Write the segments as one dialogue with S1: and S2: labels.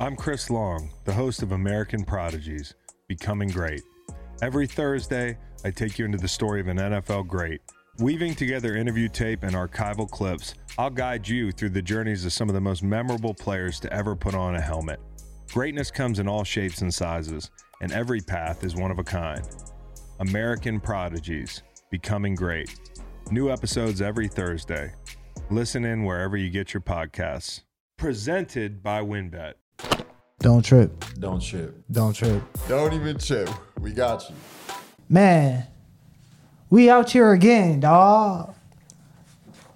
S1: I'm Chris Long, the host of American Prodigies Becoming Great. Every Thursday, I take you into the story of an NFL great. Weaving together interview tape and archival clips, I'll guide you through the journeys of some of the most memorable players to ever put on a helmet. Greatness comes in all shapes and sizes, and every path is one of a kind. American Prodigies Becoming Great. New episodes every Thursday. Listen in wherever you get your podcasts. Presented by WinBet.
S2: Don't trip.
S3: Don't trip.
S2: Don't trip.
S4: Don't even chip. We got you.
S2: Man, we out here again, dog.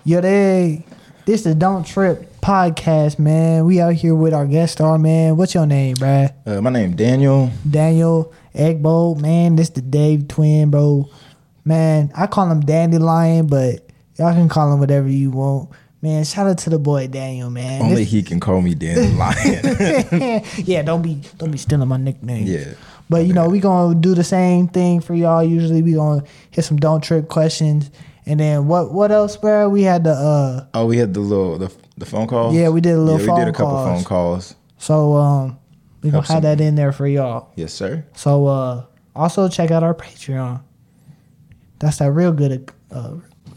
S2: Yo, they. This is Don't Trip podcast, man. We out here with our guest star, man. What's your name, bruh?
S3: Uh, my name Daniel.
S2: Daniel Eggbowl, man. This the Dave twin, bro. Man, I call him Dandelion, but y'all can call him whatever you want. Man, shout out to the boy Daniel, man.
S3: Only he can call me Dan Lion.
S2: This- yeah, don't be don't be stealing my nickname.
S3: yeah.
S2: But you know, we gonna do the same thing for y'all. Usually we gonna hit some don't trip questions. And then what what else, bro? We had the uh
S3: Oh, we had the little the, the phone call.
S2: Yeah, we did a little
S3: Yeah, we
S2: phone
S3: did a couple
S2: calls.
S3: phone calls.
S2: so um we gonna have that in there for y'all.
S3: Yes, sir.
S2: So uh also check out our Patreon. That's that real good uh,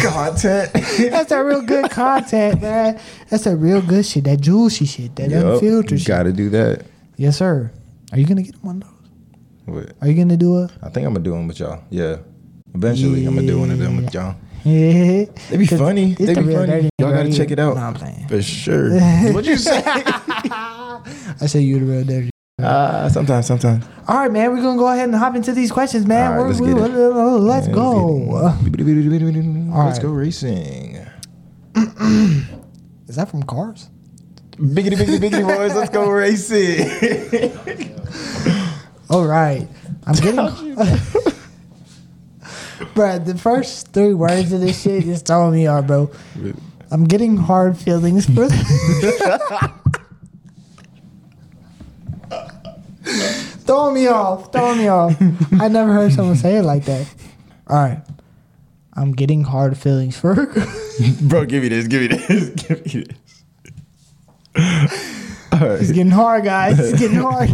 S3: Content.
S2: that's that real good content, man. That's that real good shit, that juicy shit, that
S3: Yep,
S2: unfiltered
S3: you
S2: shit.
S3: gotta do that.
S2: Yes, sir. Are you gonna get one of those?
S3: What?
S2: Are you gonna do a
S3: I think I'm gonna do one with y'all. Yeah. Eventually, I'm gonna do one of them with y'all.
S2: yeah?
S3: They be funny.
S2: It's
S3: They
S2: the
S3: be
S2: real dirty
S3: funny. Y'all
S2: right
S3: gotta check
S2: here.
S3: it out.
S2: Nah, I'm playing.
S3: For sure. What'd you say?
S2: I say you the real dirty.
S3: Uh, sometimes, sometimes.
S2: All right, man. We're gonna go ahead and hop into these questions, man.
S3: All right,
S2: We're-
S3: let's
S2: we-
S3: get it.
S2: let- let- let- let's
S3: Yeah,
S2: go.
S3: Let's, get it. Let's
S2: right.
S3: go racing.
S2: Is that from Cars?
S3: Biggity, biggity, biggity boys, let's go racing.
S2: All right. I'm getting. bro, the first three words of this shit is throwing me off, bro. I'm getting hard feelings for throwing me off. Throwing me off. I never heard someone say it like that. All right. I'm getting hard feelings for.
S3: Bro, give me this, give me this, give me this. All
S2: It's
S3: right.
S2: getting hard, guys. It's getting hard.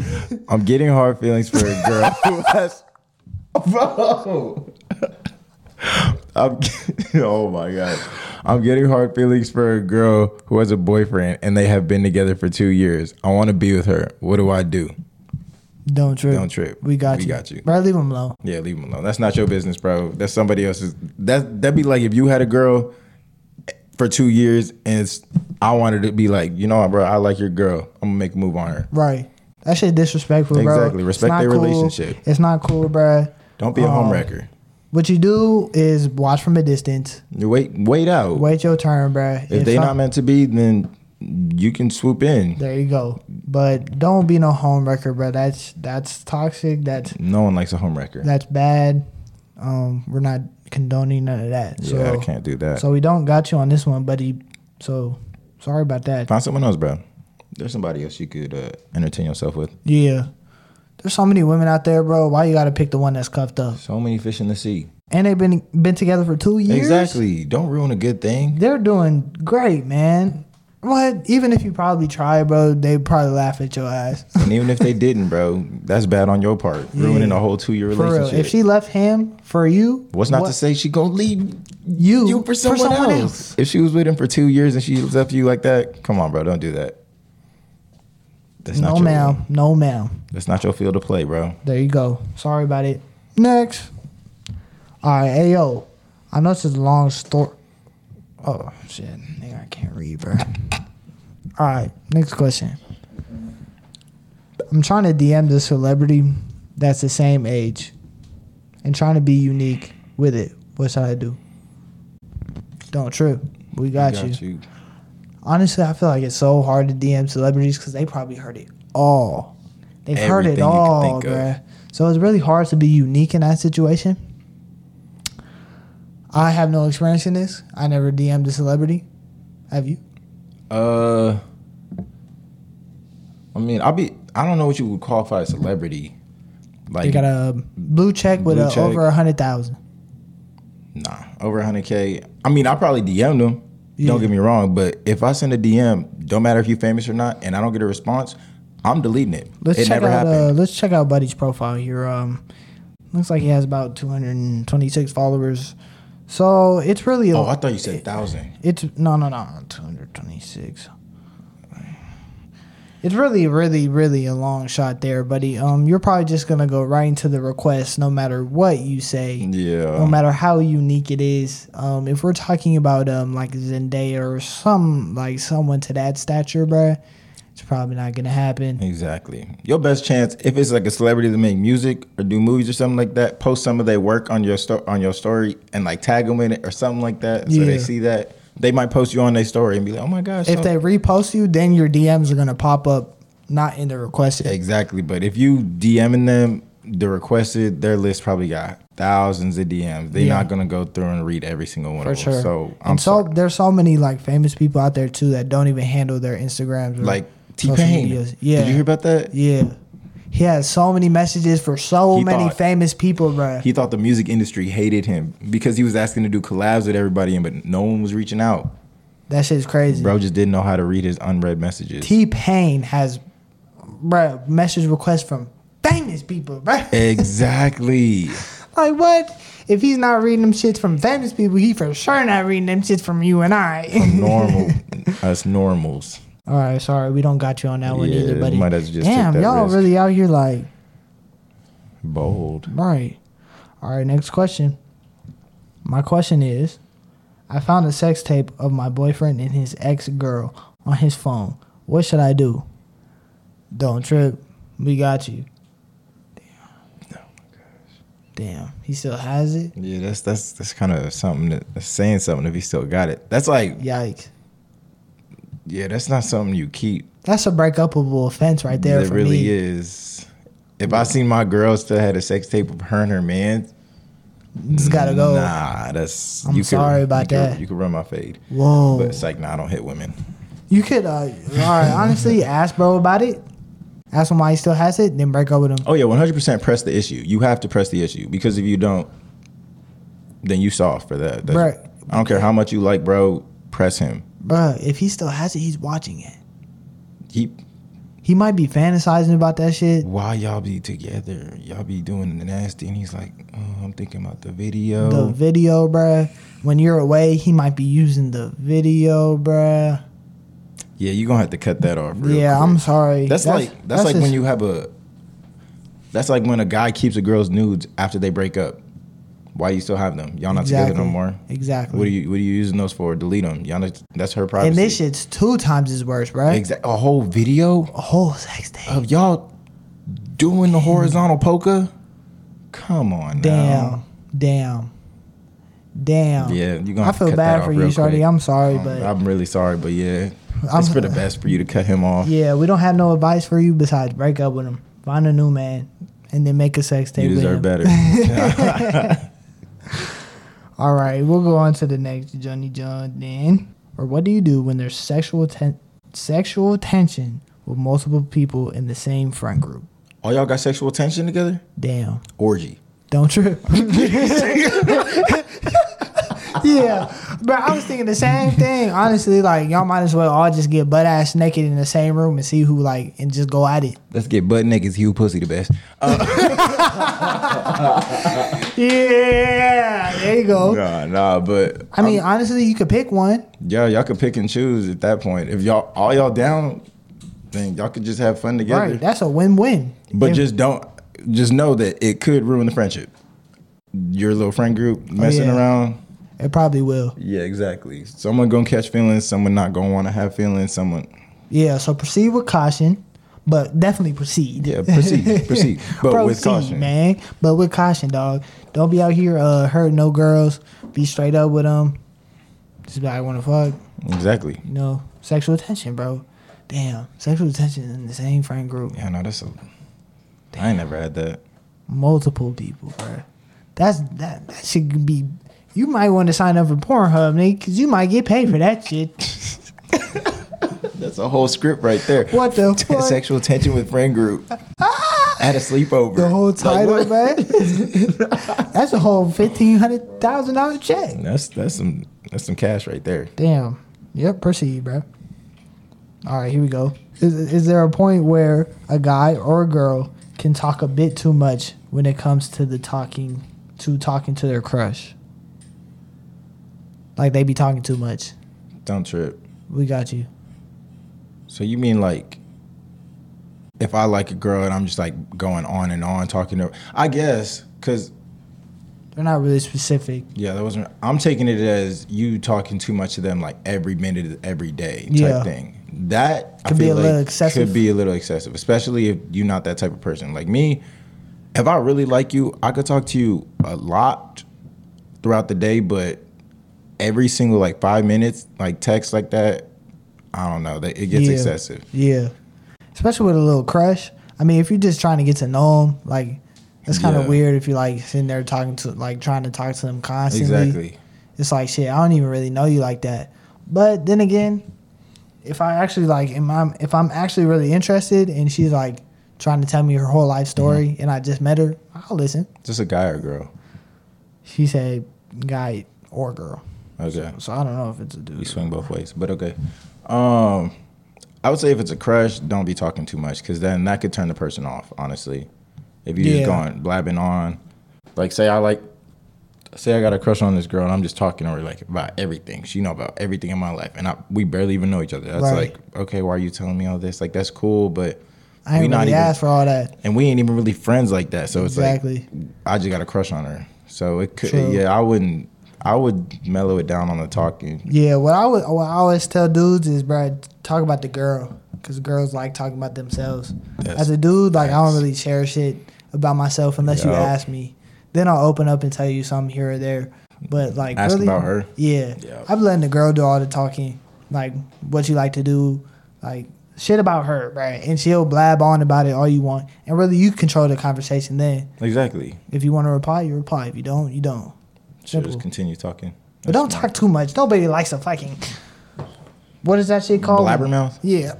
S3: I'm getting hard feelings for a girl who has. Bro! I'm, oh my God. I'm getting hard feelings for a girl who has a boyfriend and they have been together for two years. I want to be with her. What do I do?
S2: Don't trip.
S3: Don't trip.
S2: We got
S3: We
S2: you.
S3: got you.
S2: Bro, leave him alone.
S3: Yeah, leave him alone. That's not your business, bro. That's somebody else's. That that'd be like if you had a girl for two years and it's, I wanted to be like, you know, what, bro, I like your girl. I'm gonna make a move on her.
S2: Right. That shit disrespectful, bro.
S3: Exactly.
S2: It's
S3: Respect
S2: not
S3: their relationship.
S2: It's not cool, bro.
S3: Don't be a
S2: Um,
S3: homewrecker.
S2: What you do is watch from a distance.
S3: You wait, wait out.
S2: Wait your turn, bro.
S3: if they not meant to be, then you can swoop in.
S2: there you go. But don't be no homewrecker, bro. That's that's toxic. That's
S3: No one likes a homewrecker.
S2: that's bad. Um, we're not condoning none of that. So,
S3: yeah, I can't do that.
S2: So we don't got you on this one, buddy. So sorry about that.
S3: Find someone else, bro. There's somebody else you could uh, entertain yourself with.
S2: Yeah. There's so many women out there, bro. Why you gotta pick the one that's cuffed up?
S3: So many fish in the sea.
S2: and they've been been together for two years.
S3: Exactly. Don't ruin a good thing.
S2: They're doing great, man. What? Even if you probably try, bro, they probably laugh at your ass.
S3: And even if they didn't, bro, that's bad on your part. Ruining a whole two year
S2: For real.
S3: relationship.
S2: If she left him for you,
S3: What's not
S2: what-
S3: to say she gonna leave
S2: you,
S3: you for someone, else. If she was with him for two years and she left you like that, come on, bro, don't do that. That's
S2: No,
S3: not your
S2: ma'am. No, ma'am.
S3: that's not your field to play, bro.
S2: There you go. Sorry about it. Next. All right, hey yo. I know this is a long story. Oh shit, nigga, I can't read, bro. All right, next question. I'm trying to DM the celebrity that's the same age, and trying to be unique with it. What should I do? Don't trip. We got, you.
S3: you.
S2: Honestly, I feel like it's so hard to DM celebrities because they probably heard it all. They've heard it
S3: Everything you can
S2: all,
S3: think of.
S2: bruh. So it's really hard to be unique in that situation. I have no experience in this. I never DM'd a celebrity. Have you?
S3: Uh I mean, I'll be I don't know what you would qualify a celebrity. Like
S2: You got a blue check with
S3: Blue
S2: a,
S3: check.
S2: over a hundred thousand.
S3: nah, over 100k. I mean, I probably DM'd him, Don't get me wrong, but if I send a DM, don't matter if you're famous or not, and I don't get a response, I'm deleting it.
S2: Let's
S3: it
S2: check
S3: never
S2: out. Uh,
S3: happened.
S2: let's check out Buddy's profile here. Um, looks like he has about 226 followers. So it's really.
S3: oh, I thought you said thousand.
S2: It's no, no, no. Two hundred twenty-six. It's really, really, really a long shot there, buddy. Um, you're probably just gonna go right into the request, no matter what you say.
S3: Yeah.
S2: No matter how unique it is. Um, if we're talking about um like Zendaya or some like someone to that stature, bruh, it's probably not gonna happen.
S3: Exactly. Your best chance, if it's like a celebrity to make music or do movies or something like that, post some of their work on your sto- on your story and like tag them in it or something like that, so
S2: Yeah.
S3: they see that. They might post you on their story and be like, "Oh my gosh!"
S2: If
S3: so-
S2: they repost you, then your DMs are gonna pop up, not in the requested.
S3: exactly, but if you DMing them the requested, their list probably got thousands of DMs. They're
S2: Yeah.
S3: not gonna go through and read every single one
S2: For
S3: of them.
S2: sure.
S3: So I'm
S2: and so
S3: sorry.
S2: there's so many like famous people out there too that don't even handle their Instagrams. Or
S3: like T
S2: social
S3: Pain.
S2: medias. Yeah.
S3: Did you hear about that?
S2: yeah. He has so many messages for so
S3: He
S2: many
S3: thought-
S2: famous people, bro.
S3: He thought the music industry hated him because he was asking to do collabs with everybody, and but no one was reaching out.
S2: that shit's crazy.
S3: Bro just didn't know how to read his unread messages.
S2: T Pain has, bro, message requests from famous people, bro.
S3: Eh. exactly.
S2: like what? If he's not reading them shits from famous people, he for sure not reading them shits from you and I.
S3: Normal. Us normals.
S2: All right, sorry, we don't got you on that one
S3: Yeah,
S2: either, buddy.
S3: might as well just
S2: Damn,
S3: take that
S2: y'all
S3: risk.
S2: really out here like
S3: Bold.
S2: Right. All right, next question. My question is I found a sex tape of my boyfriend and his ex girl on his phone. What should I do? Don't trip. We got you. Oh Damn. He still has it?
S3: Yeah, that's that's that's kind of something that, that's saying something if he still got it. That's like
S2: Yikes.
S3: yeah, that's not something you keep.
S2: That's a breakupable offense right there
S3: it
S2: for
S3: really
S2: me.
S3: is. If I seen my girl still had a sex tape of her and her man,
S2: It's gotta go.
S3: Nah, that's
S2: I'm sorry about
S3: you could-
S2: that.
S3: you could run my fade.
S2: Whoa.
S3: But it's like nah, I don't hit women.
S2: You could uh all right, honestly, ask bro about it. Ask him why he still has it, then break up with him.
S3: Oh yeah, one hundred percent. Press the issue. You have to press the issue because if you don't, then you soft for that. That's-
S2: Right.
S3: I don't care how much you like, bro. Press him.
S2: Bruh, if he still has it, he's watching it.
S3: He.
S2: He might be fantasizing about that shit.
S3: Why y'all be together? Y'all be doing the nasty, and he's like, oh, I'm thinking about the video.
S2: The video, bruh. When you're away, he might be using the video, bruh.
S3: yeah, you gonna have to cut that off. real
S2: Yeah,
S3: quick.
S2: I'm sorry.
S3: That's, like that's, like
S2: just-
S3: when you have a. That's like when a guy keeps a girl's nudes after they break up. Why you still have them? Y'all not together
S2: Exactly.
S3: no more.
S2: Exactly.
S3: What are you What are you using those for? Delete them. Y'all. Not, that's her privacy.
S2: and this shit's two times as worse, bruh.
S3: Exact. A whole video.
S2: A whole sex day.
S3: of y'all doing the horizontal poker? Come on,
S2: damn,
S3: now.
S2: damn, damn.
S3: Yeah, you gonna.
S2: I
S3: have to
S2: feel
S3: cut
S2: bad
S3: that
S2: for
S3: off
S2: you,
S3: real
S2: Shorty.
S3: quick.
S2: I'm sorry,
S3: Um,
S2: but
S3: I'm really sorry, but yeah,
S2: I'm-
S3: it's for the best for you to cut him off.
S2: yeah, we don't have no advice for you besides break up with him, find a new man, and then make a sex tape.
S3: you
S2: with him.
S3: deserve better.
S2: All right, we'll go on to the next Johnny John then. Or what do you do when there's sexual ten- sexual tension with multiple people in the same friend group?
S3: All y'all got sexual tension together?
S2: Damn.
S3: Orgy.
S2: Don't trip. yeah, but I was thinking the same thing. Honestly, like y'all might as well all just get butt ass naked in the same room and see who like and just go at it.
S3: Let's get butt naked. Hugh pussy the best. Oh,
S2: Yeah, there you go.
S3: Nah, nah, but
S2: I mean, honestly, you could pick one.
S3: yeah, y'all could pick and choose at that point. If y'all all y'all down, then y'all could just have fun together.
S2: Right, that's a win-win.
S3: But
S2: If-
S3: just don't just know that it could ruin the friendship. Your little friend group messing
S2: Oh, yeah.
S3: around.
S2: it probably will.
S3: Yeah, exactly. Someone gonna catch feelings, someone not gonna wanna have feelings, someone
S2: Yeah, so proceed with caution, but definitely proceed.
S3: Yeah, proceed, proceed. But with
S2: Proceed,
S3: caution.
S2: man. But with caution, dog. Don't be out here uh hurting no girls. Be straight up with them. Just be like, I want to fuck.
S3: Exactly.
S2: You know, sexual attention, bro. Damn, sexual attention in the same friend group.
S3: Yeah, no, that's a I ain't never had that.
S2: Multiple people, bro. That's that. That should be. You might want to sign up for Pornhub, nigga, because you might get paid for that shit.
S3: That's a whole script right there.
S2: What the fuck?
S3: Sexual tension with friend group. At a sleepover.
S2: The whole
S3: Like,
S2: title,
S3: what?
S2: man. That's a whole fifteen hundred thousand dollar check.
S3: That's that's some that's some cash right there.
S2: Damn. Yep, proceed, bro. All right, here we go. Is, is there a point where a guy or a girl can talk a bit too much when it comes to the talking to talking to their crush? Like they be talking too much.
S3: Don't trip.
S2: We got you.
S3: So you mean like if I like a girl and I'm just like going on and on talking to her, I guess cuz
S2: They're not really specific.
S3: yeah, that wasn't I'm taking it as you talking too much to them like every minute of every day type
S2: Yeah.
S3: thing. That
S2: Could be a little excessive.
S3: Could be a little excessive, especially if you're not that type of person. Like me, if I really like you, I could talk to you a lot throughout the day, but every single like 5 minutes like text like that, I don't know, that it gets
S2: Yeah.
S3: excessive.
S2: Yeah, especially with a little crush. I mean, if you're just trying to get to know them, like it's kind of
S3: Yeah.
S2: weird if you like sitting there talking to like trying to talk to them constantly.
S3: Exactly.
S2: it's like shit. I don't even really know you like that. But then again, if I actually like, am I, if I'm actually really interested, and she's like trying to tell me her whole life story, and I just met her, I'll listen.
S3: Just a guy or girl?
S2: She said, "Guy or girl."
S3: Okay.
S2: So I don't know if it's a
S3: We
S2: dude.
S3: swing both ways, but okay. Um, I would say if it's a crush, don't be talking too much because then that could turn the person off. Honestly, if you're
S2: Yeah.
S3: just going blabbing on, like say I like, say I got a crush on this girl and I'm just talking to her like about everything. She know about everything in my life, and I we barely even know each other. That's
S2: Right.
S3: like okay, why are you telling me all this? Like that's cool, but
S2: I ain't
S3: we not
S2: really
S3: even-
S2: asked for all that.
S3: and we ain't even really friends like that. So it's
S2: Exactly.
S3: like I just got a crush on her. So it could
S2: True.
S3: yeah, I wouldn't I would mellow it down on the talking.
S2: Yeah, what I would, what I always tell dudes is, bro, talk about the girl, cause girls like talking about themselves.
S3: That's
S2: As a dude, like I don't
S3: facts.
S2: really share shit about myself unless you
S3: Yup.
S2: ask me. Then I'll open up and tell you something here or there. But like,
S3: Ask
S2: really,
S3: about her?
S2: Yeah,
S3: Yup.
S2: I'm letting the girl do all the talking, like what you like to do, like shit about her, right? And she'll blab on about it all you want, and really you control the conversation. Then
S3: Exactly.
S2: if you want to reply, you reply. If you don't, you don't.
S3: Should
S2: Simple.
S3: just continue talking.
S2: But don't talk too much. Nobody likes a fucking. What is that shit called?
S3: Blabbermouth?
S2: Yeah.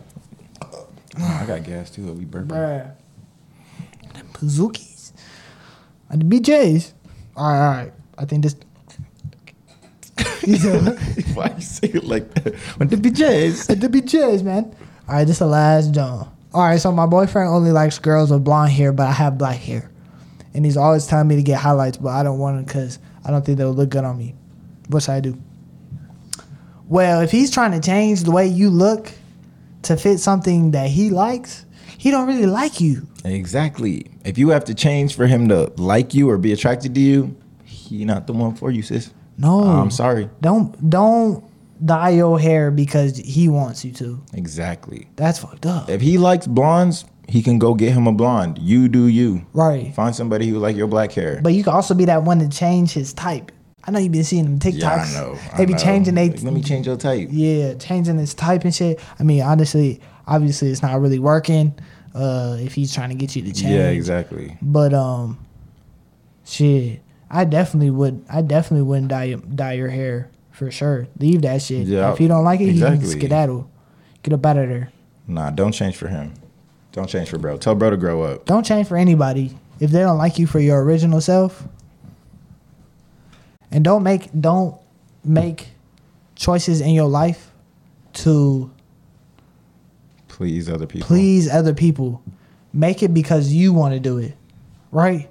S3: I got gas too. We burping.
S2: Bruh. Them Pazookies. And the BJs. All right, all right. I think this. Yeah.
S3: Why you say it like that? When the
S2: the
S3: BJs.
S2: BJs, man. All right, this is the last John. All right, so my boyfriend only likes girls with blonde hair, but I have black hair. And he's always telling me to get highlights, but I don't want them because I don't think they'll look good on me. What should I do? Well, if he's trying to change the way you look to fit something that he likes, he don't really like you.
S3: Exactly. If you have to change for him to like you or be attracted to you, he not the one for you, sis.
S2: No.
S3: I'm sorry.
S2: Don't don't dye your hair because he wants you to.
S3: Exactly.
S2: That's fucked up.
S3: If he likes blondes, he can go get him a blonde. You do you.
S2: Right.
S3: Find somebody who like your black hair.
S2: But you can also be that one to change his type. I know you've been seeing them TikToks.
S3: Yeah, I know. I
S2: They be
S3: know.
S2: changing they
S3: Like, Let me change your type.
S2: Yeah, changing his type and shit. I mean, honestly, obviously it's not really working. Uh if he's trying to get you to change.
S3: Yeah, exactly.
S2: But um shit. I definitely would I definitely wouldn't dye dye your hair for sure. Leave that shit.
S3: Yeah,
S2: if you don't like it, you can
S3: exactly.
S2: skedaddle. Get up out of there.
S3: Nah, don't change for him. Don't change for bro. Tell bro to grow up.
S2: Don't change for anybody. If they don't like you for your original self, and don't make don't make choices in your life to
S3: Please other people.
S2: please other people. Make it because you want to do it, right?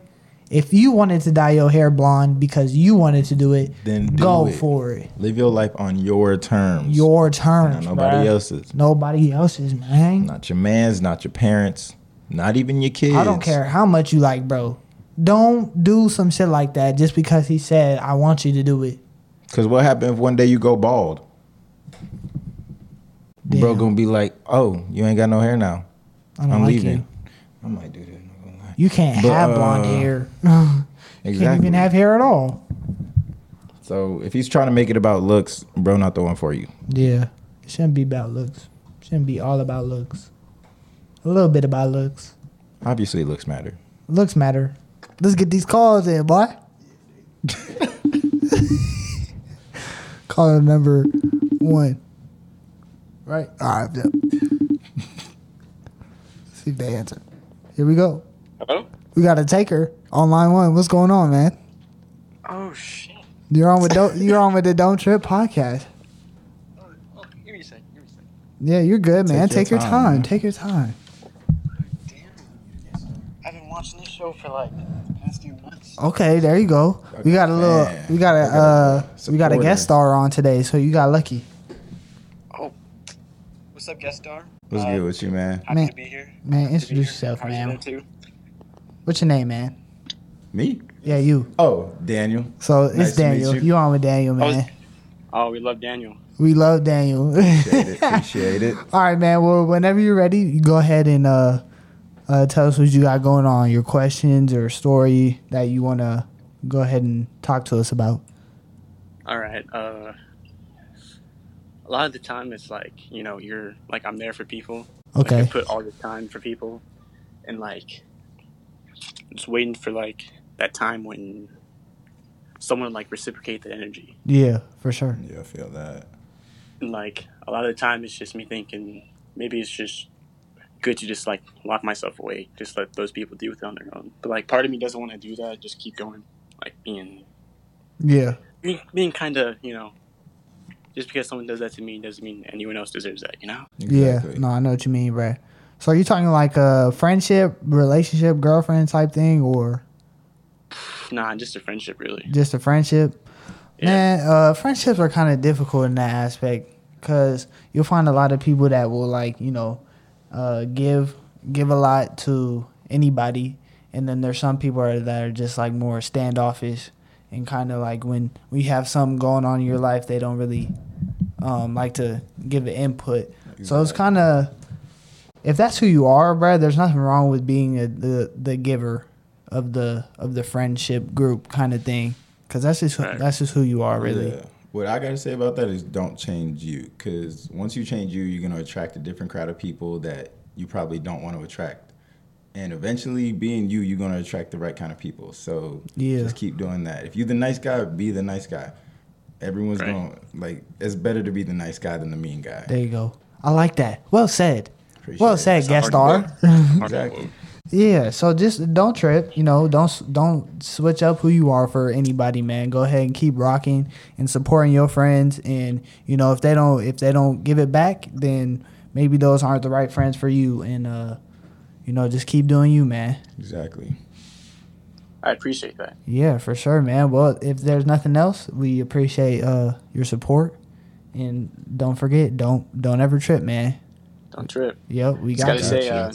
S2: If you wanted to dye your hair blonde because you wanted to do it,
S3: Then do
S2: go
S3: it.
S2: for it.
S3: Live your life on your terms.
S2: Your terms.
S3: Not nobody
S2: bruh.
S3: else's.
S2: Nobody else's, man.
S3: Not your man's, not your parents, not even your kids.
S2: I don't care how much you like, bro. Don't do some shit like that just because he said I want you to do it.
S3: Cause what happened if one day you go bald? Bro
S2: Damn.
S3: gonna be like, oh, you ain't got no hair now.
S2: I don't
S3: I'm
S2: like
S3: leaving.
S2: you.
S3: I might do that. I'm not gonna lie.
S2: You can't
S3: But,
S2: have blonde
S3: uh,
S2: hair.
S3: Exactly.
S2: Can't even have hair at all.
S3: so if he's trying to make it about looks, bro, not the one for you.
S2: Yeah. It shouldn't be about looks. shouldn't be all about looks. A little bit about looks.
S3: Obviously, looks matter.
S2: Looks matter. Let's get these calls in, boy. Caller number one. Right? All right. Yep. See if they answer. Here we go.
S5: Hello?
S2: We got a taker on line one. What's going on, man?
S5: Oh shit.
S2: You're on with do- you're on with the Don't Trip podcast.
S5: Oh,
S2: Yeah, you're good, man. Take, your, time.
S3: man.
S2: Take your time.
S5: I've been watching this show for like the past few months.
S2: Okay, there you go. We got a little.
S3: Man,
S2: We got a.
S3: look at that
S2: Uh, we got a
S3: supporter.
S2: guest star on today, so you got lucky.
S5: Oh, what's up, guest star?
S3: What's
S5: Uh,
S3: good with you, man?
S5: Happy
S2: Man.
S5: to be here.
S2: Man,
S5: Happy to be
S2: introduce
S5: here.
S2: yourself,
S5: How are you
S2: man.
S5: doing too?
S2: What's your name, man?
S3: Me?
S2: Yeah, you.
S3: Oh, Daniel.
S2: So
S3: Nice
S2: it's
S3: to meet
S2: Daniel.
S3: you.
S2: You. on with Daniel,
S5: I was-
S2: man?
S5: Oh, we love Daniel.
S2: We love Daniel.
S3: Appreciate it. Appreciate it.
S2: All right, man. Well, whenever you're ready, you go ahead and uh, uh, tell us what you got going on, your questions or story that you want to go ahead and talk to us about.
S5: All right. Uh, a lot of the time, it's like you know, you're like I'm there for people. Like, I
S2: Okay.
S5: put all the time for people, and like just waiting for like that time when someone like reciprocate the energy.
S2: Yeah, for sure.
S3: Yeah, I feel that.
S5: And, like a lot of the time it's just me thinking maybe it's just good to just like lock myself away just let those people deal with it on their own but like part of me doesn't want to do that just keep going like being
S2: Yeah.
S5: being, being kind of you know just because someone does that to me doesn't mean anyone else deserves that you know
S2: Yeah. No, I know what you mean, bruh. So are you talking like a friendship, relationship, girlfriend type thing, or
S5: nah just a friendship really
S2: just a friendship?
S5: Yeah.
S2: Man, uh, friendships are kind of difficult in that aspect because you'll find a lot of people that will like you know uh, give give a lot to anybody, and then there's some people are- that are just like more standoffish and kind of like when we have something going on in your life, they don't really um, like to give an input. So it's kind of if that's who you are, Brad. There's nothing wrong with being a, the the giver of the of the friendship group kind of thing, because that's just who,
S5: Right.
S2: that's just who you are, really.
S3: Yeah. What I gotta say about that is don't change you, because once you change you, you're gonna attract a different crowd of people that you probably don't want to attract, and eventually, being you, you're gonna attract the right kind of people. So
S2: Yeah.
S3: just keep doing that. If you're the nice guy, be the nice guy. Everyone's
S5: Right.
S3: going like it's better to be the nice guy than the mean guy.
S2: There you go. I like that. Well said.
S3: Appreciate
S2: well
S3: it.
S2: said, guest
S5: argument.
S2: star.
S3: Exactly.
S2: Yeah, so just don't trip, you know, don't s- don't switch up who you are for anybody, man. Go ahead and keep rocking and supporting your friends and you know, if they don't if they don't give it back, then maybe those aren't the right friends for you and uh you know, just keep doing you, man.
S3: Exactly.
S5: i appreciate that
S2: Yeah, for sure, man. Well, if there's nothing else, we appreciate uh your support and don't forget, don't don't ever trip, man.
S5: don't trip
S2: Yep, we
S5: just
S2: got
S5: gotta
S2: you.
S5: say uh,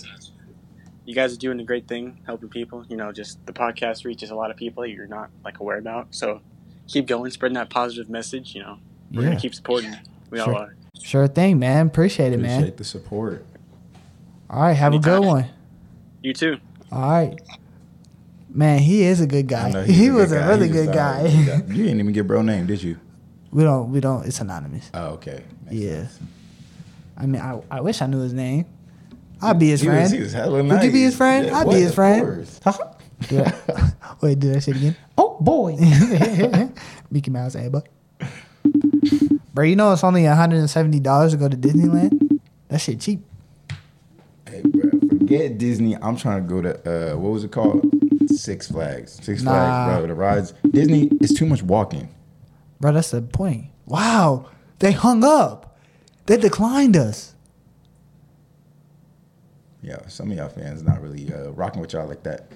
S5: you guys are doing a great thing helping people you know just the podcast reaches a lot of people that you're not like aware about so keep going spreading that positive message you know we're
S2: Yeah.
S5: gonna keep supporting you. we
S2: Sure.
S5: all are
S2: Sure thing, man. Appreciate it,
S3: Appreciate
S2: man.
S3: the support.
S2: All right, have a
S5: Anytime.
S2: good one.
S5: you too
S2: All right. Man, he is a good
S3: I know
S2: guy.
S3: he's
S2: He
S3: good
S2: was a
S3: guy. uh,
S2: really
S3: He's
S2: good
S3: solid.
S2: guy.
S3: You didn't even get bro name, did you?
S2: we don't we don't it's anonymous.
S3: Oh, okay. Makes
S2: Yeah.
S3: sense.
S2: I mean I, I wish I knew his name. I'd be his
S3: He was, he
S2: friend.
S3: was hella
S2: Would you be his
S3: nice.
S2: friend?
S3: Yeah,
S2: I'd
S3: what?
S2: be his
S3: Of
S2: friend.
S3: course.
S2: Yeah. Wait, do that shit again. Oh boy. Mickey Mouse Abba. Bro, you know it's only $170 to go to Disneyland? That shit cheap.
S3: Hey, bro, forget Disney. I'm trying to go to uh, what was it called? Six Flags. Six
S2: Nah.
S3: Flags, bro. The rides. Disney is too much walking.
S2: Bro, that's the point. Wow. They hung up. They declined us.
S3: Yeah, some of y'all fans not really uh, rocking with y'all like that.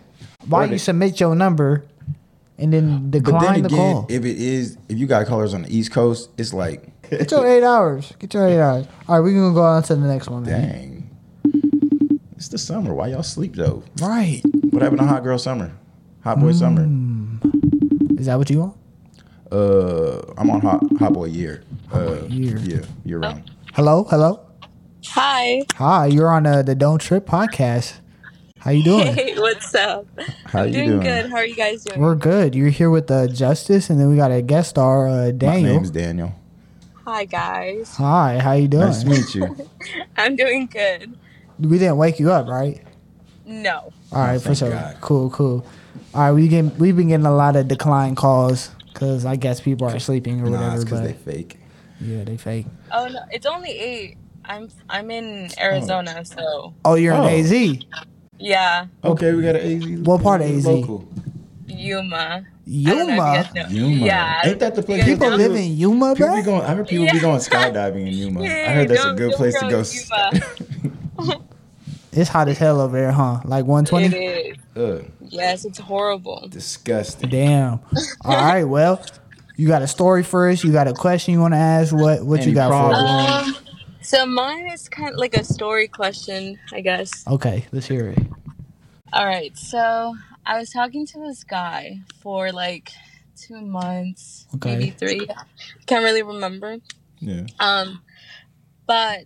S2: Why
S3: Or
S2: you
S3: they-
S2: submit your number and then
S3: But
S2: decline
S3: then
S2: the
S3: again,
S2: call?
S3: if it is, if you got callers on the East Coast, it's like,
S2: Get your eight hours. Get your eight hours. All right, we're gonna go on to the next one. Man.
S3: dang, it's the summer. Why y'all sleep though?
S2: Right?
S3: What happened to hot girl summer? Hot boy
S2: Mm.
S3: summer.
S2: Is that what you want?
S3: Uh, I'm on hot hot boy year. uh,
S2: year.
S3: Yeah, year
S6: Oh,
S3: round.
S2: Hello, hello.
S6: Hi.
S2: Hi, you're on uh, the Don't Trip podcast. How you doing?
S6: Hey, what's up?
S3: How
S6: I'm
S3: you
S6: doing,
S3: doing?
S6: good. How are you guys doing?
S2: We're good. You're here with uh, Justice, and then we got a guest star, uh,
S3: My
S2: Daniel.
S3: name's Daniel.
S6: Hi, guys.
S2: Hi, how you doing?
S3: Nice to meet you.
S6: I'm doing good.
S2: we didn't wake you up, right?
S6: No.
S2: All right, for
S3: Oh, thank
S2: sure.
S3: God.
S2: Cool, cool. All right, we get we've been getting a lot of decline calls because I guess people are sleeping or
S3: Nah, it's
S2: whatever.
S3: because
S2: But
S3: they fake.
S2: yeah, they fake.
S6: Oh no, it's only eight. I'm I'm in Arizona, so
S2: Oh, you're
S3: Oh.
S2: in AZ.
S6: yeah,
S3: Okay, we got an AZ.
S2: What part of AZ?
S3: Local.
S6: Yuma. I don't know
S2: Yuma.
S6: if you guys know.
S3: Yuma.
S6: Yeah. I
S3: Ain't that
S6: don't
S3: the
S6: know if
S3: place
S6: you guys
S2: People
S3: Yeah,
S6: know.
S2: live in Yuma,
S3: People be
S2: bro.
S3: going. I heard people be
S6: Yeah.
S3: going skydiving in Yuma. I heard that's a
S6: Don't-
S3: good
S6: don't
S3: place to go. s-
S6: Yuma.
S2: It's hot as hell over there, huh? Like
S6: It
S2: 120.
S6: is.
S3: Ugh,
S6: Yes, it's horrible.
S3: uh, disgusting.
S2: Damn. All right. Well, you got a story first. You got a question you want to ask. What What
S3: Any
S2: you got
S3: problem?
S6: Um, so mine is kind of like a story question, I guess.
S2: for us? Okay, let's hear it.
S6: All right, so I was talking to this guy for like two months,
S2: Okay.
S6: maybe three. Can't really remember.
S3: Yeah.
S6: Um, but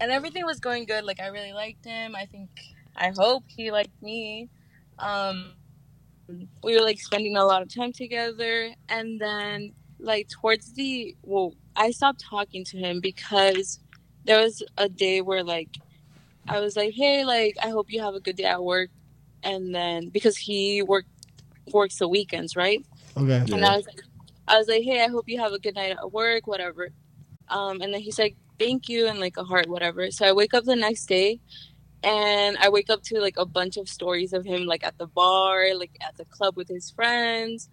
S6: and everything was going good. Like I really liked him. I think I hope he liked me. Um, we were like spending a lot of time together, and then like towards the well, I stopped talking to him because there was a day where like I was like, hey, like I hope you have a good day at work, and then because he worked works the weekends, right?
S2: Okay.
S6: And I was like, I was like, hey, I hope you have a good night at work, whatever. Um, and then he's like, thank you, and like a heart, whatever. So I wake up the next day, and I wake up to like a bunch of stories of him, like at the bar, like at the club with his friends.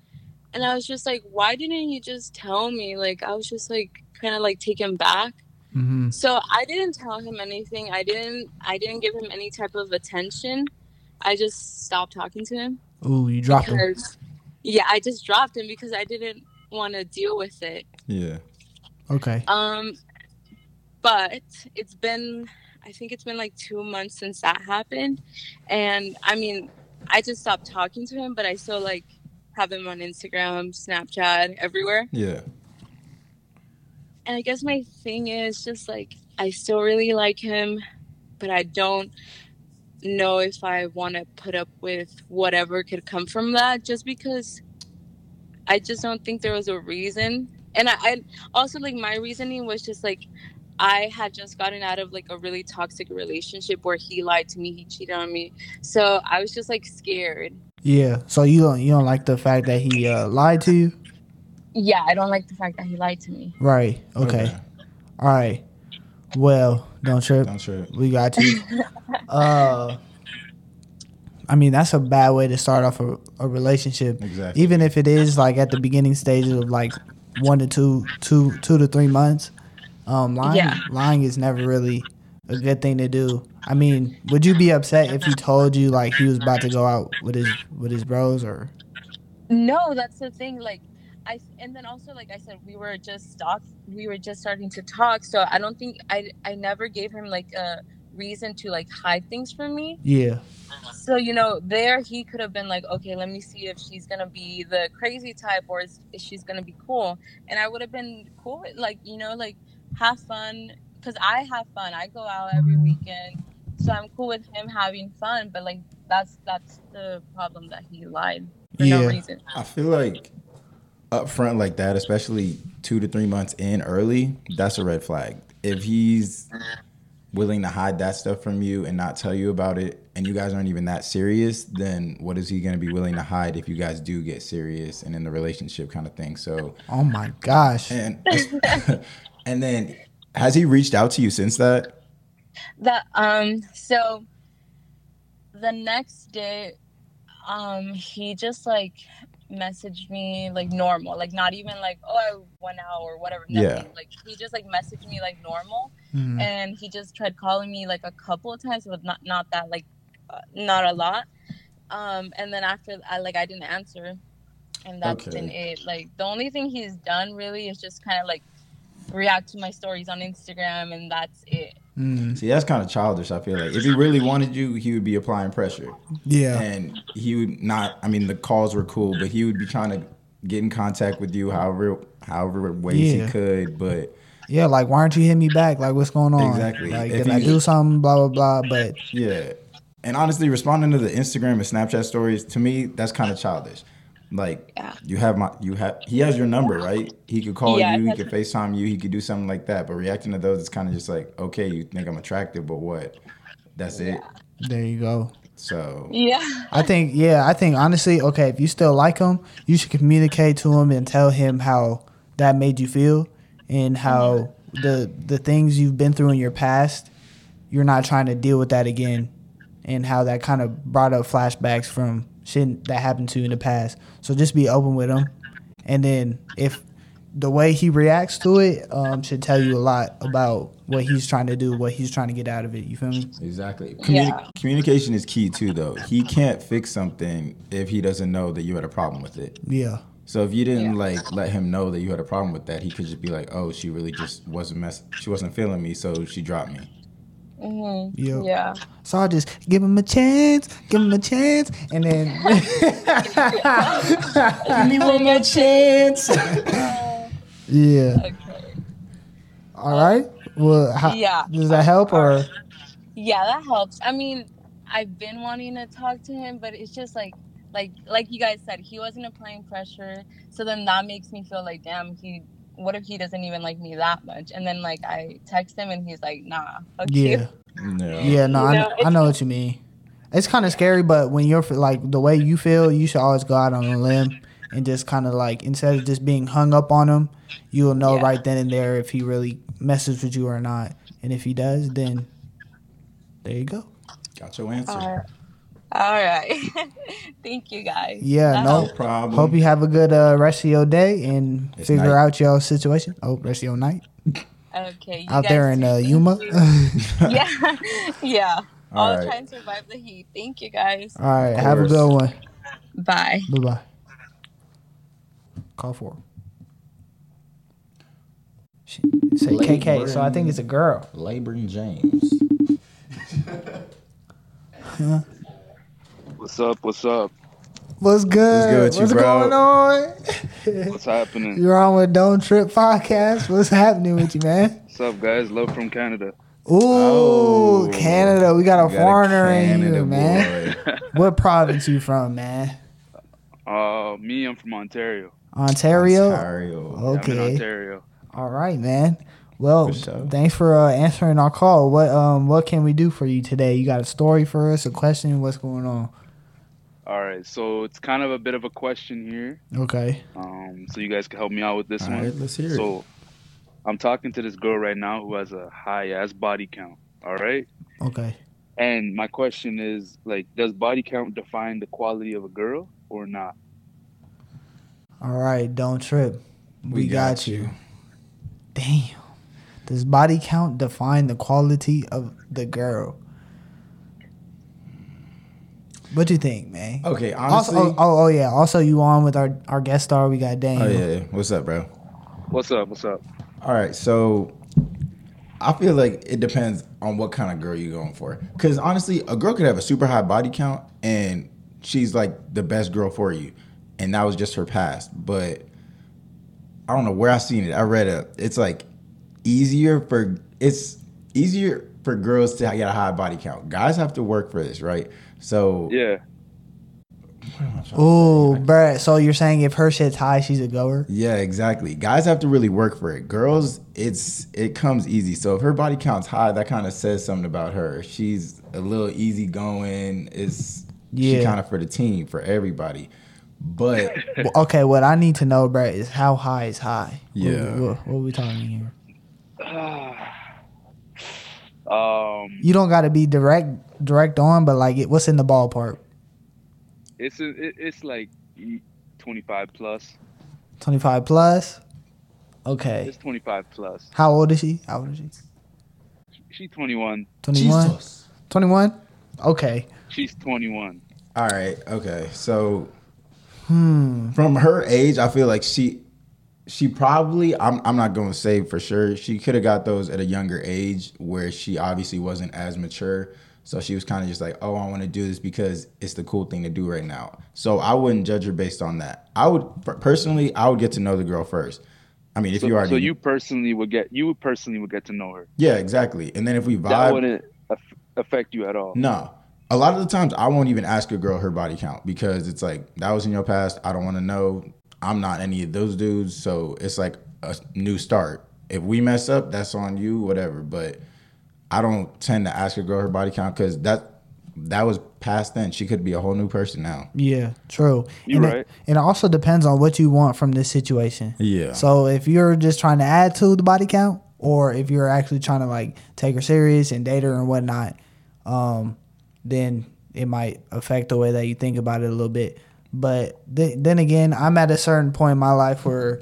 S6: And I was just like, why didn't you just tell me? Like, I was just like kind of like taken back.
S2: Mm-hmm.
S6: So I didn't tell him anything. I didn't. I didn't give him any type of attention. I just stopped talking to him
S2: Ooh, you dropped him.
S6: because yeah i just dropped him because i didn't want to deal with it
S3: Yeah.
S2: Okay.
S6: um but it's been i think it's been like two months since that happened and i mean i just stopped talking to him but i still like have him on instagram snapchat everywhere
S3: Yeah.
S6: and i guess my thing is just like i still really like him but i don't know if i want to put up with whatever could come from that just because I just don't think there was a reason. And I, I also like my reasoning was just like I had just gotten out of like a really toxic relationship where he lied to me, he cheated on me. So I was just like scared.
S2: Yeah. So you don't you don't like the fact that he uh, lied to you?
S6: Yeah, I don't like the fact that he lied to me.
S2: Right. Okay. All right. Well, don't trip.
S3: Don't trip.
S2: We got you. uh, I mean, that's a bad way to start off a, a relationship.
S3: Exactly.
S2: Even if it is like at the beginning stages of like one to two, two, two to three months. Um, lying,
S6: Yeah.
S2: lying is never really a good thing to do. I mean, would you be upset if he told you like he was about to go out with his with his bros or?
S6: No, that's the thing. Like, I and then also like I said, we were just talk, we were just starting to talk. So I don't think I I never gave him like a reason to like hide things from me.
S2: Yeah.
S6: So you know, there he could have been like, okay, let me see if she's gonna be the crazy type or is, is she's gonna be cool, and I would have been cool, with, like you know, like have fun because I have fun. I go out every weekend, so I'm cool with him having fun. But like that's that's the problem that he lied for
S2: Yeah.
S6: no reason.
S3: I feel like up front like that, especially two to three months in early, that's a red flag. If he's willing to hide that stuff from you and not tell you about it, and you guys aren't even that serious, then what is he going to be willing to hide if you guys do get serious and in the relationship kind of thing? So,
S2: Oh my gosh.
S3: and and then has he reached out to you since that?
S6: That um so the next day um he just like messaged me like normal like not even like oh I went out or whatever nothing.
S3: Yeah. Mm-hmm.
S6: like he just like messaged me like normal
S2: Mhm.
S6: and he just tried calling me like a couple of times but not not that like uh, not a lot um and then after I like I didn't answer and that's
S3: Okay.
S6: been it like the only thing he's done really is just kind of like react to my stories on Instagram and that's it
S2: Mm.
S3: See, that's kind of childish. I feel like if he really wanted you, he would be applying pressure.
S2: Yeah.
S3: and he would not i mean the calls were cool but he would be trying to get in contact with you however however ways
S2: Yeah.
S3: he could but
S2: Yeah, like why aren't you hitting me back? Like what's going on?
S3: Exactly.
S2: Like
S3: If
S2: did I
S3: you-
S2: do something? Blah blah blah. But
S3: yeah and honestly responding to the instagram and snapchat stories to me that's kind of childish like
S6: Yeah.
S3: you have my you have he has your number right he could call
S6: Yeah,
S3: you
S6: he
S3: he
S6: has
S3: could
S6: my-
S3: facetime you he could do something like that but reacting to those it's kind of just like okay you think i'm attractive but what that's it
S2: there you go.
S3: so
S6: yeah
S2: I think yeah, I think honestly, okay, if you still like him, you should communicate to him and tell him how that made you feel and how the the things you've been through in your past, you're not trying to deal with that again and how that kind of brought up flashbacks from shit that happened to you in the past. So just be open with him, and then if the way he reacts to it um, should tell you a lot about what he's trying to do, what he's trying to get out of it. You feel me?
S3: Exactly.
S6: Yeah.
S3: Communication is key too, though. He can't fix something if he doesn't know that you had a problem with it.
S2: Yeah.
S3: So if you didn't
S6: Yeah.
S3: like let him know that you had a problem with that, he could just be like, "Oh, she really just wasn't mess. She wasn't feeling me, so she dropped me."
S6: hmm
S2: Yeah.
S6: Yeah.
S2: So I just give him a chance, give him a chance, and then
S3: One more chance.
S2: yeah.
S6: Okay.
S2: All right. Well, how,
S6: Yeah.
S2: Does that help or?
S6: Yeah, that helps. I mean, I've been wanting to talk to him, but it's just like, like, like you guys said, he wasn't applying pressure. So then that makes me feel like, damn, he. What if he doesn't even like me that much? And then like I text him and he's like, nah, fuck
S2: Yeah.
S6: you.
S3: No.
S2: Yeah, no, I,
S6: You know,
S2: know, I know what you mean. It's kind of scary, but when you're like the way you feel, you should always go out on a limb and just kind of like instead of just being hung up on him, you'll know
S6: Yeah.
S2: right then and there if he really messes with you or not. And if he does, then there you go.
S3: Got your answer.
S6: Alright. All right. Thank you guys.
S2: Yeah,
S6: That
S2: no.
S6: helps.
S3: No problem.
S2: Hope you have a good uh, rest of your day and
S3: It's
S2: figure
S3: night.
S2: out your situation. Oh, rest of your night
S6: Okay. You
S2: out
S6: guys
S2: there in
S6: too.
S2: uh,
S6: Thank
S2: Yuma.
S6: you. yeah. Yeah.
S3: All
S6: I'll
S3: right.
S6: try and survive the heat. Thank you guys.
S2: All right, have a
S3: course.
S2: good one.
S6: Bye.
S2: Bye bye. Call for. She said
S3: Late
S2: KK, so I think
S3: burn.
S2: it's a girl.
S3: Labron James.
S7: What's up? What's up?
S2: What's good?
S3: good with
S2: What's,
S3: you, bro?
S2: going on?
S7: What's happening?
S2: You're on with Don't Trip Podcast. What's happening with you, man?
S7: What's up, guys? Love from Canada.
S2: Ooh,
S3: Oh,
S2: Canada. We got a
S3: You got a
S2: foreigner in
S3: Canada
S2: you, man.
S3: boy.
S2: What province you from, man?
S7: Uh, me, I'm from Ontario.
S2: Ontario?
S3: Ontario.
S7: I'm in
S2: Okay.
S7: Ontario.
S2: All right, man. Well,
S3: For sure.
S2: thanks for uh, answering our call. What um what can we do for you today? You got a story for us, a question, what's going on?
S7: All right, so it's kind of a bit of a question here.
S2: Okay.
S7: Um, so you guys can help me out with this
S3: All
S7: one.
S3: right, let's hear it.
S7: so, I'm talking to this girl right now who has a high ass body count. All right,
S2: Okay.
S7: and my question is like, does body count define the quality of a girl or not?
S2: All right, don't trip. We,
S3: We
S2: got,
S3: got
S2: you. Damn. Does body count define the quality of the girl? What do you think, man?
S3: Okay,
S2: Also, oh,
S3: honestly.
S2: oh, oh, yeah. Also, you on with our, our guest star? We got Daniel.
S3: oh yeah. What's up, bro?
S7: What's up? What's up?
S3: All right, so I feel like it depends on what kind of girl you're going for. Because honestly, a girl could have a super high body count and she's like the best girl for you, and that was just her past. But I don't know where I seen it. I read it. It's like easier for it's easier for girls to get a high body count. Guys have to work for this, right? So
S7: Yeah,
S2: Ooh, bruh. So you're saying if her shit's high, she's a goer?
S3: Yeah, exactly. Guys have to really work for it. Girls, it's it comes easy. So if her body count's high, that kind of says something about her. She's a little easygoing. It's
S2: Yeah.
S3: she kind of for the team for everybody. But
S2: Well, okay, what I need to know, bruh, is how high is high? What-
S3: Yeah.
S2: What, what, we talking here?
S7: um,
S2: You don't got to be direct direct on, but like, it, what's in the ballpark?
S7: it's a, it, it's like 25 plus.
S2: 25 plus? Okay.
S7: It's 25 plus.
S2: How old is she? How old is she?
S7: She 21.
S2: 21? 21? Okay.
S7: She's 21.
S3: All right. Okay. So
S2: Hmm.
S3: from her age, I feel like she she probably I'm I'm not gonna say for sure. She could have got those at a younger age where she obviously wasn't as mature. So she was kind of just like, oh, I want to do this because it's the cool thing to do right now. So I wouldn't judge her based on that. I would personally, I would get to know the girl first. I mean, if
S7: so,
S3: you already,
S7: so you personally would get you would personally would get to know her.
S3: yeah, exactly. And then if we vibe,
S7: That wouldn't aff- affect you at all.
S3: no. A lot of the times I won't even ask a girl her body count because it's like that was in your past. I don't want to know. I'm not any of those dudes, so it's like a new start. If we mess up, that's on you, whatever. But I don't tend to ask a girl her body count because that that was past then. She could be a whole new person now.
S2: Yeah, true.
S7: You
S2: and It,
S7: right.
S2: and it also depends on what you want from this situation.
S3: Yeah.
S2: So if you're just trying to add to the body count, or if you're actually trying to like take her serious and date her and whatnot, um, then it might affect the way that you think about it a little bit. But th- then again, I'm at a certain point in my life where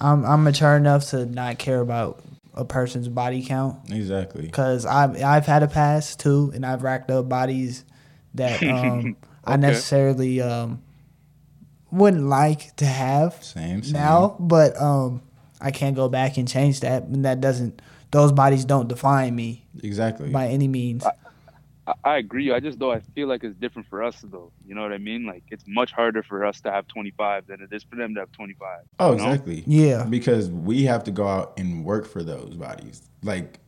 S2: I'm I'm mature enough to not care about a person's body count
S3: Exactly.
S2: because I've I've had a pass too, and I've racked up bodies that um, I
S7: Okay.
S2: necessarily um, wouldn't like to have
S3: Same, same.
S2: now, but um, I can't go back and change that, and that doesn't those bodies don't define me
S3: Exactly.
S2: by any means.
S7: I, I agree. I just though I feel like it's different for us though. You know what I mean? Like it's much harder for us to have 25 than it is for them to have 25.
S3: oh,
S7: you know?
S3: exactly.
S2: Yeah.
S3: Because we have to go out and work for those bodies. Like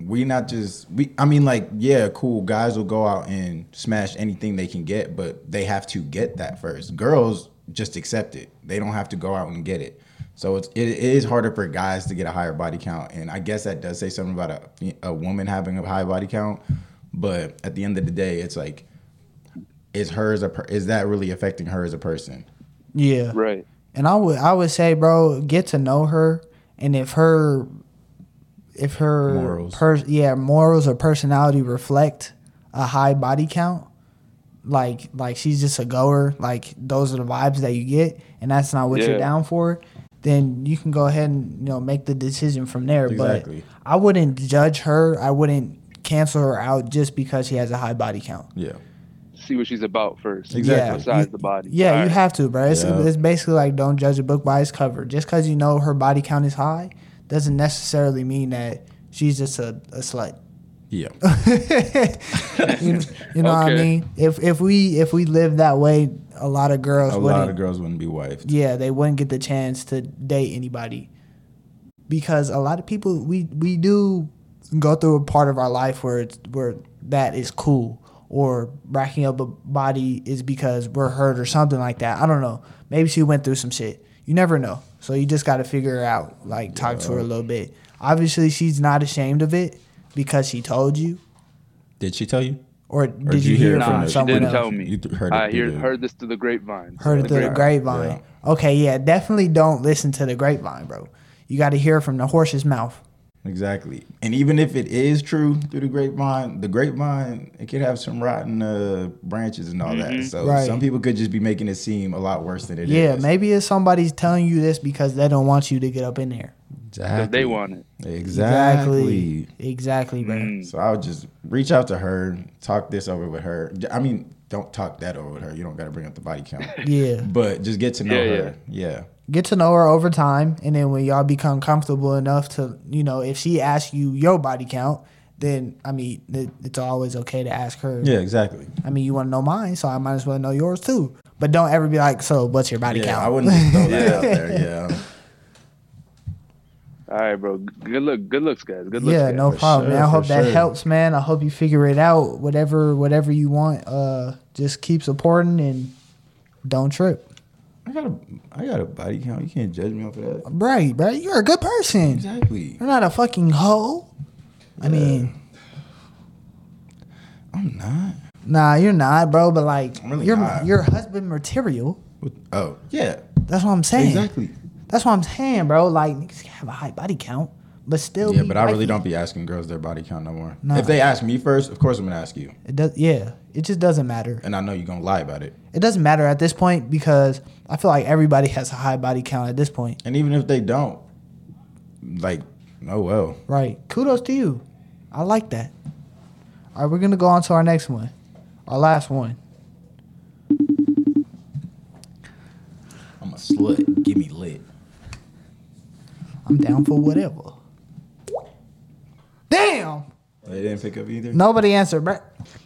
S3: we not just we I mean like yeah, cool, guys will go out and smash anything they can get, but they have to get that first. Girls just accept it. They don't have to go out and get it. So it's it, it is harder for guys to get a higher body count, and I guess that does say something about a fe- a woman having a high body count. But at the end of the day, it's like, is her as a per- is that really affecting her as a person?
S2: Yeah,
S7: Right.
S2: and I would I would say, bro, get to know her, and if her if her
S3: Morals.
S2: pers- yeah morals or personality reflect a high body count, like like she's just a goer, like those are the vibes that you get, and that's not what
S7: Yeah.
S2: you're down for. Then you can go ahead and you know make the decision from there.
S3: Exactly.
S2: But I wouldn't judge her. I wouldn't cancel her out just because she has a high body count.
S3: Yeah.
S7: See what she's about first.
S3: Exactly.
S7: Besides
S2: You-
S7: the body.
S2: Yeah, you
S7: Alright.
S2: have to, bro. It's,
S3: Yeah.
S2: it's basically like don't judge a book by its cover. Just because you know her body count is high doesn't necessarily mean that she's just a, a slut.
S3: Yeah.
S2: you, you know what I
S7: Okay.
S2: mean? If if we if we live that way, a lot of girls
S3: a
S2: wouldn't.
S3: lot of girls wouldn't be wifed.
S2: yeah, they wouldn't get the chance to date anybody because a lot of people we we do go through a part of our life where it's where that is cool or racking up a body is because we're hurt or something like that. I don't know. Maybe she went through some shit. You never know. So you just got to figure her out, like talk to her a little bit. Obviously, she's not ashamed of it because she told you,
S3: Did she tell you?
S2: or did you, hear
S3: it
S7: Nah,
S2: from
S3: the-
S7: she
S2: someone
S7: didn't
S2: else?
S7: tell me.
S3: You th- heard it
S7: I hear,
S3: through the-
S7: heard this through the grapevine.
S2: Heard it through the grapevine.
S3: grapevine.
S2: Okay, yeah, definitely don't listen to the grapevine, bro. You got to hear from the horse's mouth.
S3: Exactly. And even if it is true through the grapevine, the grapevine it could have some rotten uh, branches and all that. So
S2: Right.
S3: some people could just be making it seem a lot worse than it is.
S2: yeah, maybe it's somebody's telling you this because they don't want you to get up in there.
S3: Exactly.
S7: They want it.
S3: Exactly.
S2: Exactly, bro.
S3: So I would just reach out to her, talk this over with her. I mean, don't talk that over with her. You don't got to bring up the body count.
S2: Yeah.
S3: but just get to know
S7: Yeah,
S3: her. Yeah.
S2: Get to know her over time and then when y'all become comfortable enough to, you know, if she asks you your body count, then I mean, it, it's always okay to ask her.
S3: Yeah, exactly.
S2: I mean, you want to know mine, so I might as well know yours too. But don't ever be like, "So, what's your body
S3: Yeah,
S2: count?"
S3: I wouldn't just throw that out there. Yeah.
S7: All right, bro. Good look. Good looks, guys. Good looks.
S2: yeah,
S7: guys.
S2: no problem.
S3: sure,
S2: man. I hope
S3: for
S2: that
S3: sure.
S2: helps, man. I hope you figure it out. Whatever, whatever you want, uh, just keep supporting and don't trip.
S3: I got a I got a body count. You can't judge me off of that.
S2: Right, bro. You're a good person.
S3: Exactly.
S2: You're not a fucking hoe. I mean,
S3: I'm not.
S2: nah, you're not, bro. But like,
S3: I'm really
S2: you're
S3: not.
S2: you're husband material.
S3: Oh yeah,
S2: That's what I'm saying.
S3: exactly.
S2: That's what I'm saying, bro. Like, niggas can have a high body count, but still.
S3: Yeah,
S2: be
S3: but I really
S2: wifey.
S3: don't be asking girls their body count no more.
S2: Nah.
S3: If they ask me first, of course I'm gonna ask you,
S2: It does. Yeah, it just doesn't matter.
S3: and I know you're gonna lie about it.
S2: It doesn't matter at this point because I feel like everybody has a high body count at this point.
S3: And even if they don't, like, oh well.
S2: Right. Kudos to you. I like that. All right, we're gonna go on to our next one, our last one.
S3: I'm a slut. Give me lit.
S2: I'm down for whatever. Damn.
S3: They didn't pick up either.
S2: Nobody answered, bro.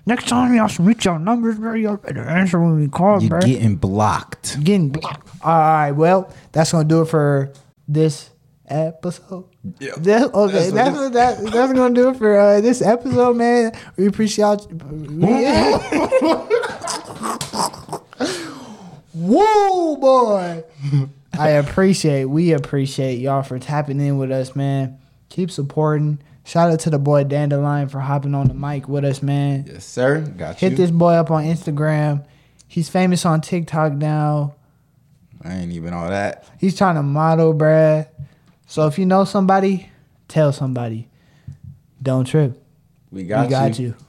S2: Next time y'all submit your numbers, bro, y'all better answer when we call, bro.
S3: blocked.
S2: Getting blocked. All right, well, that's gonna do it for this episode.
S3: Yeah.
S2: That- okay,
S3: That's what
S2: that's
S3: it-
S2: what that, that's gonna do it for uh, this episode, man. We appreciate. y'all. Whoa, boy! I appreciate. We appreciate y'all for tapping in with us, man. Keep supporting. Shout out to the boy Dandelion for hopping on the mic with us, man.
S3: Yes, sir. Got
S2: Hit
S3: you.
S2: this boy up on Instagram. He's famous on TikTok now.
S3: I ain't even all that.
S2: He's trying to model, bruh. So if you know somebody, tell somebody. Don't trip.
S3: We
S2: We
S3: got,
S2: got you.